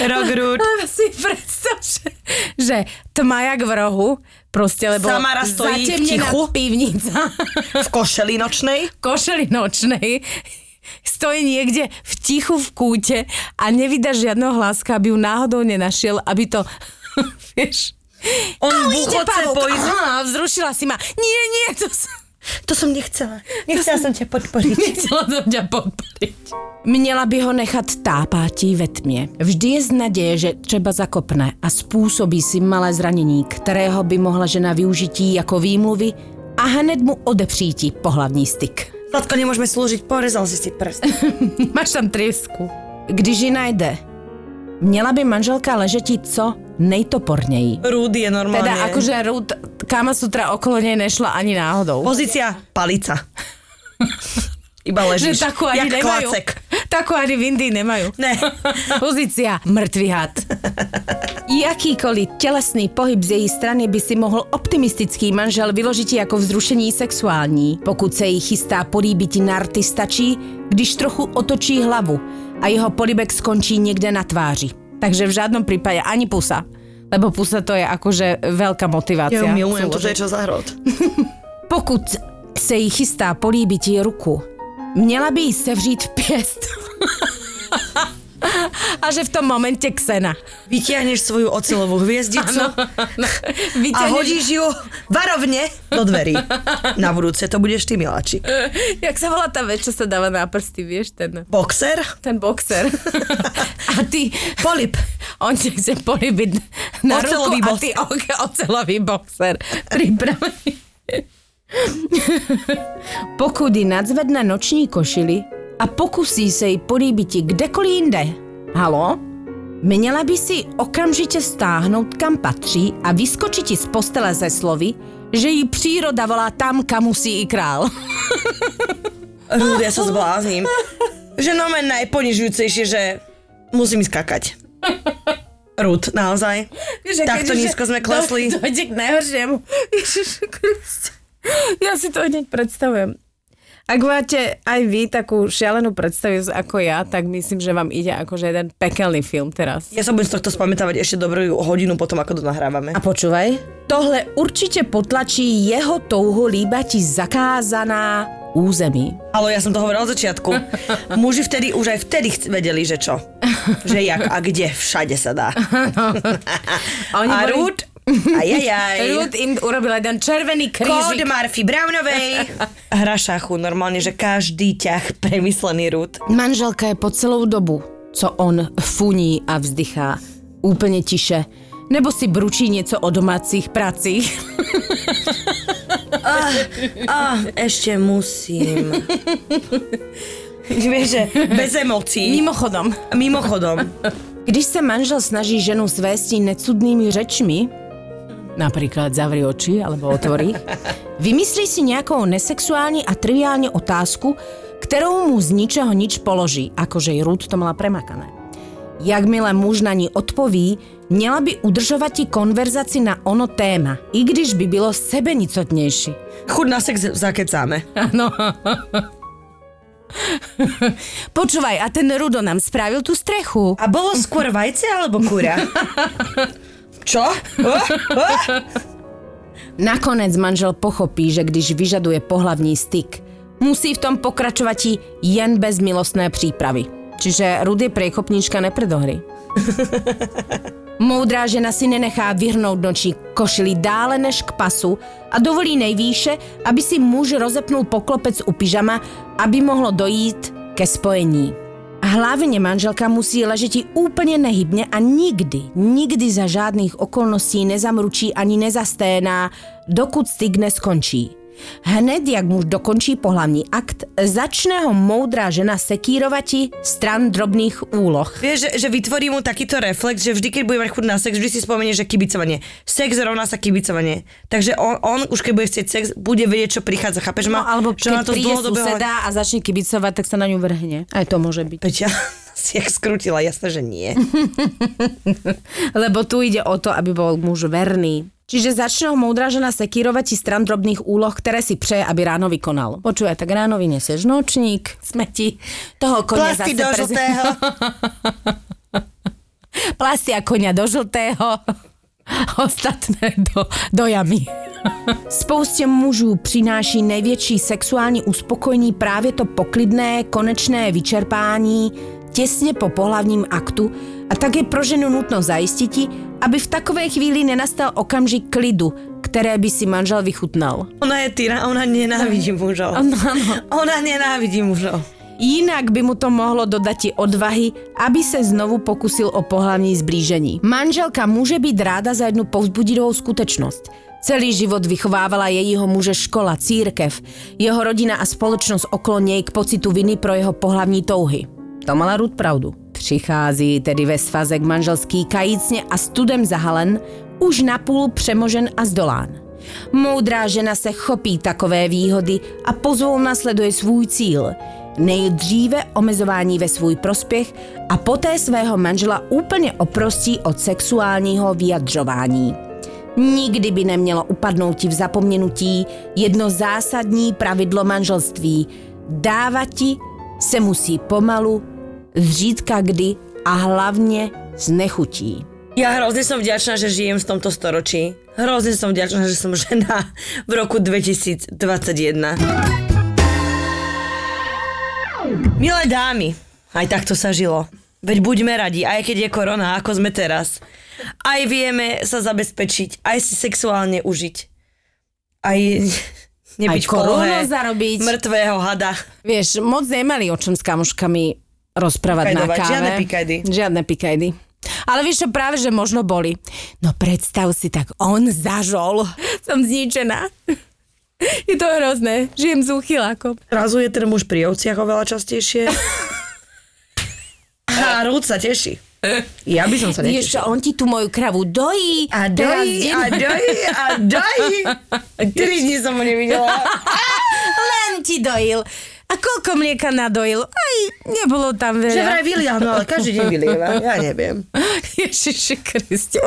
B: Rok Ruth.
F: Lebo si predstav, že, že tmajak v rohu, proste lebo
B: Samara stojí v
F: zatemnená
B: tichu.
F: pivnica
B: v košeli nočnej.
F: košeli nočnej stojí niekde v tichu v kúte a nevyda žiadneho hláska, aby ju náhodou nenašiel, aby to, vieš...
B: On
F: Au, ide
B: buchoce
F: pavúk.
B: po izbe.
F: Á, Vzrušila si ma. Nie, nie, to sa...
B: To som nechcela. Nechcela som ťa podporiť.
G: Chcela som ťa podporiť.
C: Měla by ho nechat tápátí ve tmě. Vždy je z naděje, že třeba zakopne a způsobí si malé zranění, kterého by mohla žena využití jako výmluvy a hned mu odepříti pohlavní styk.
B: Zlatko, nemôžeme slúžiť, porezal si si prst.
G: Máš tam trysku.
C: Když ji najde, měla by manželka ležeti co nejtoporněji.
G: No,
B: Rúd je normálne.
G: Teda akože Ruth Kama Sutra okolo nej nešla ani náhodou.
B: Pozícia palica. Iba ležíš.
G: Že takú ani
B: jak
G: nemajú.
B: klacek.
G: Takú ani v Indii nemajú.
B: Ne.
G: Pozícia mŕtvy had.
C: Jakýkoliv tělesný pohyb z její strany by si mohl optimistický manžel vyložit jako vzrušení sexuální. Pokud se jí chystá políbit narty, stačí, když trochu otočí hlavu a jeho polibek skončí někde na tváři.
G: Takže v žiadnom prípade ani pusa. Lebo pusa to je akože veľká motivácia.
B: Ja ju milujem,
G: Súložiť.
B: toto je čo za hrot.
C: Pokud se jí chystá políbit jí ruku, měla by jí sevřít pěst.
G: A že v tom momente ksena.
B: Vytiahneš svoju ocelovú hviezdicu a
G: Vyťahneš-
B: hodíš ju varovne do dverí. Na budúce to budeš ty, miláčik.
G: Jak sa volá tá vec, čo sa dáva na prsty, vieš, ten,
B: Boxer?
G: ten boxer. a ty,
B: Polip.
G: on ti chce polibiť na
B: Oceľový
G: ruku a
B: boxer.
G: ty ok- oceľový boxer. Pripravený.
C: Pokud ji nadzvedne noční košili a pokusí se jí políbit i kdekoliv jinde. Halo? Měla by si ji okamžitě stáhnout kam patří a vyskočit ji z postele ze slovy, že ji příroda volá tam, kam musí i král.
B: Rúd, ja sa zblázním. Že no men najponižujúcejšie, že musím ísť kakať. Rúd, naozaj.
G: Vieš, a keď
B: Takto
G: už-
B: nízko sme klesli.
G: To, to ide k najhoršiemu. Ježišu Kriste. Ja si to hneď predstavujem. Ak máte aj vy takú šialenú predstavu ako ja, tak myslím, že vám ide akože jeden pekelný film teraz.
B: Ja sa budem z tohto spamätávať ešte dobrú hodinu potom, ako to nahrávame.
C: A počúvaj, tohle určitě potlačí jeho touhu líbati zakázaná území.
B: Ale ja som to hovorila od začiatku. Muži vtedy, už aj vtedy chc- vedeli, že čo. Že jak a kde, všade sa dá.
G: A oni
B: a
G: boli-
B: Ruth, ajajaj.
G: Ruth im urobil jeden červený
B: Kód
G: krížik.
B: Marfy Brownovej. Hra šachu, normálne, že každý ťah premyslený Ruth.
C: Manželka je po celou dobu, co on funí a vzdychá, úplně tiše. Nebo si bručí něco o domácích pracích.
B: A ešte musím. Vieš, že bez emócií.
G: Mimochodom.
B: Mimochodom.
C: Když se manžel snaží ženu svést jí necudnými řečmi,
G: Napríklad zavri oči, alebo
C: otvorí, vymyslí si nějakou nesexuální a triviální otázku, kterou mu z ničeho nič položí, akože i Ruth to mala premakané. Jakmile muž na ní odpoví, měla by udržovat ti konverzaci na ono téma, i když by bylo sebenicotnější.
B: Chud na sex zakecáme.
C: Počúvaj, a ten Rudo nám spravil tú strechu.
B: A bolo skôr vajce alebo kura? Čo? Oh, oh.
C: Nakonec manžel pochopí, že když vyžaduje pohlavní styk, musí v tom pokračovat i jen bez milostné přípravy. Čiže Rudy priekopnička nepredohry. Moudrá žena si nenechá vyhrnout noční košili dále než k pasu a dovolí nejvýše, aby si muž rozepnul poklopec u pyžama, aby mohlo dojít ke spojení. Hlavně manželka musí ležet i úplně nehybně a nikdy, nikdy za žádných okolností nezamručí ani nezasténá, dokud styk neskončí. Hned, jak muž dokončí pohlavní akt, začne ho moudrá žena sekírovati stran drobných úloh.
B: Vieš, že, že vytvorí mu takýto reflex, že vždy, keď bude mať chuť na sex, vždy si spomenie, že kibicovanie. Sex rovná sa kibicovanie. Takže on, on už keď bude chcieť sex, bude vedieť, čo prichádza. Chápeš ma?
C: No, alebo
B: čo
C: keď príde suseda a začne kibicovať, tak sa na ňu vrhne. Aj to môže byť.
B: Peťa si jak skrutila, jasné, že nie.
C: Lebo tu ide o to, aby bol muž verný. Čiže začne ho moudrá žena sekírovať ti stran drobných úloh, ktoré si přeje, aby ráno vykonal. Počuje, tak ráno vyniesieš nočník, smeti, toho konia zase
B: Plasty do
C: prez-
B: žltého.
C: Plasty a konia do žltého, ostatné do, do jamy. Spoustě mužů přináší největší sexuální uspokojení právě to poklidné, konečné vyčerpání, těsně po pohlavním aktu a také pro ženu nutno zajistiti, aby v takové chvíli nenastal okamžik klidu, které by si manžel vychutnal.
B: Ona je tyra, ona nenávidí mužov.
H: Áno, áno.
B: Ona nenávidí mužov.
C: Jinak by mu to mohlo dodať i odvahy, aby se znovu pokusil o pohlavní zblížení. Manželka může být ráda za jednu povzbudivou skutečnost. Celý život vychovávala jejího muže škola, církev, jeho rodina a společnost okolo něj k pocitu viny pro jeho pohlavní touhy. To mala Ruth pravdu. Přichází tedy ve svazek manželský kajícně a studem zahalen, už napůl přemožen a zdolán. Moudrá žena se chopí takové výhody a pozvolna sleduje svůj cíl. Nejdříve omezování ve svůj prospěch a poté svého manžela úplně oprostí od sexuálního vyjadřování. Nikdy by nemělo upadnout v zapomenutí jedno zásadní pravidlo manželství. Dávati se musí pomalu, zřídka kdy a hlavně s nechutí.
B: Ja hrozne som vďačná, že žijem v tomto storočí. Hrozne som vďačná, že som žena v roku 2021. Milé dámy, aj takto sa žilo. Veď buďme radi, aj keď je korona, ako sme teraz. Aj vieme sa zabezpečiť, aj si sexuálne užiť. Aj nebyť
C: Aj
B: v polohe
C: koronu zarobiť.
B: mŕtvého hada.
H: Vieš, moc nemali o čom s kamoškami rozprávať na
B: Pikajdovať,
H: káve.
B: žiadne pikajdy.
H: Žiadne pikajdy. Ale vieš čo, práve že možno boli. No predstav si, tak on zažol. Som zničená. Je to hrozné. Žijem s úchylákom.
B: Zrazu je ten muž pri ovciach oveľa častejšie. A Ruth sa teší. Ja by som sa
C: Vieš, čo, on ti tu moju kravu dojí.
B: A
C: teraz
B: dojí,
C: deň-
B: a dojí, a dojí. Tri dni som ho nevidela.
C: Len ti dojil. A koľko mlieka nadojil? Aj nebolo tam
B: Že
C: veľa.
B: vraj vylial, no ale každý deň vylieva. Ja neviem.
H: Ježiši Kriste.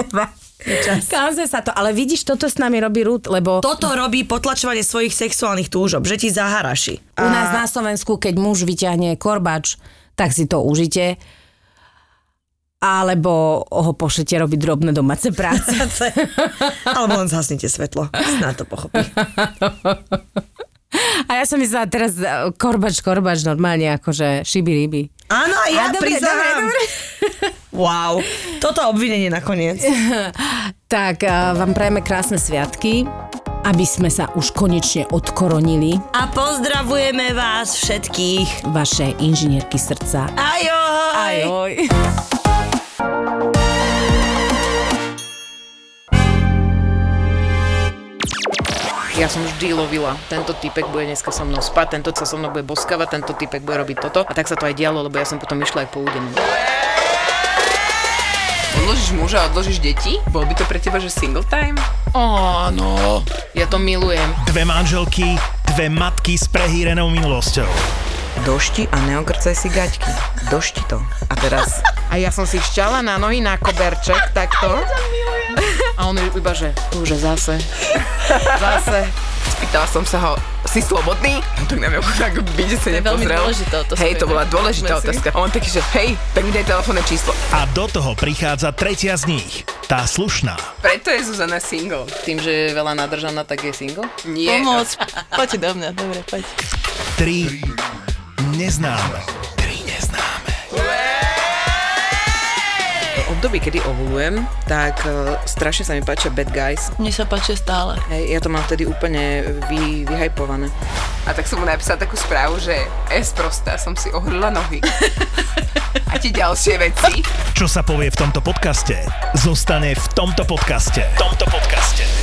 H: Káze sa to, ale vidíš, toto s nami robí Ruth, lebo
B: Toto robí potlačovanie svojich sexuálnych túžob, že ti zaharaši.
H: u nás na Slovensku, keď muž vyťahne korbač, tak si to užite. Alebo ho pošlete robiť drobné domáce práce.
B: Alebo len zhasnite svetlo. Snáď to pochopí.
H: A ja som myslela teraz e, korbač, korbač, normálne akože šiby ryby.
B: Áno, a ja
H: A dobre,
B: priznám.
H: dobre, dobre.
B: Wow, toto obvinenie nakoniec.
H: Tak e, vám prajeme krásne sviatky, aby sme sa už konečne odkoronili
B: A pozdravujeme vás všetkých.
H: vaše inžinierky srdca.
B: Ajoj!
H: Ajoj.
I: Ja som vždy lovila, tento typek bude dneska so mnou spať, tento sa so mnou bude boskavať, tento typek bude robiť toto. A tak sa to aj dialo, lebo ja som potom išla aj po údenom.
J: Odložíš muža a odložíš deti? Bol by to pre teba, že single time?
I: Áno, ja to milujem.
K: Dve manželky, dve matky s prehýrenou minulosťou.
L: Došti a neokrcaj si gaťky. Došti to. A teraz
I: A ja som si šťala na nohy na koberček, takto. A on iba, že bože, zase, zase.
J: Spýtala som sa ho, si slobodný? On tak na mňa tak byde sa
I: je veľmi
J: nepozrel.
I: dôležitá otázka
J: Hej, to
I: inak.
J: bola dôležitá
I: Sme si-
J: otázka. A on taký, že hej, tak mi daj telefónne číslo.
K: A do toho prichádza tretia z nich, tá slušná.
J: Preto je Zuzana single.
I: Tým, že je veľa nadržaná, tak je single.
J: Nie. Pomoc.
M: Poďte do mňa, dobre, poď.
K: Tri neznáme. Tri neznáme.
J: V období, kedy ovulujem, tak eh, strašne sa mi páčia bad guys.
M: Mne sa páči stále.
J: Hej, ja to mám vtedy úplne vy, vyhajpované. A tak som mu napísala takú správu, že S prostá, som si ohrla nohy. A ti ďalšie veci.
K: Čo sa povie v tomto podcaste, zostane v tomto podcaste. V tomto podcaste.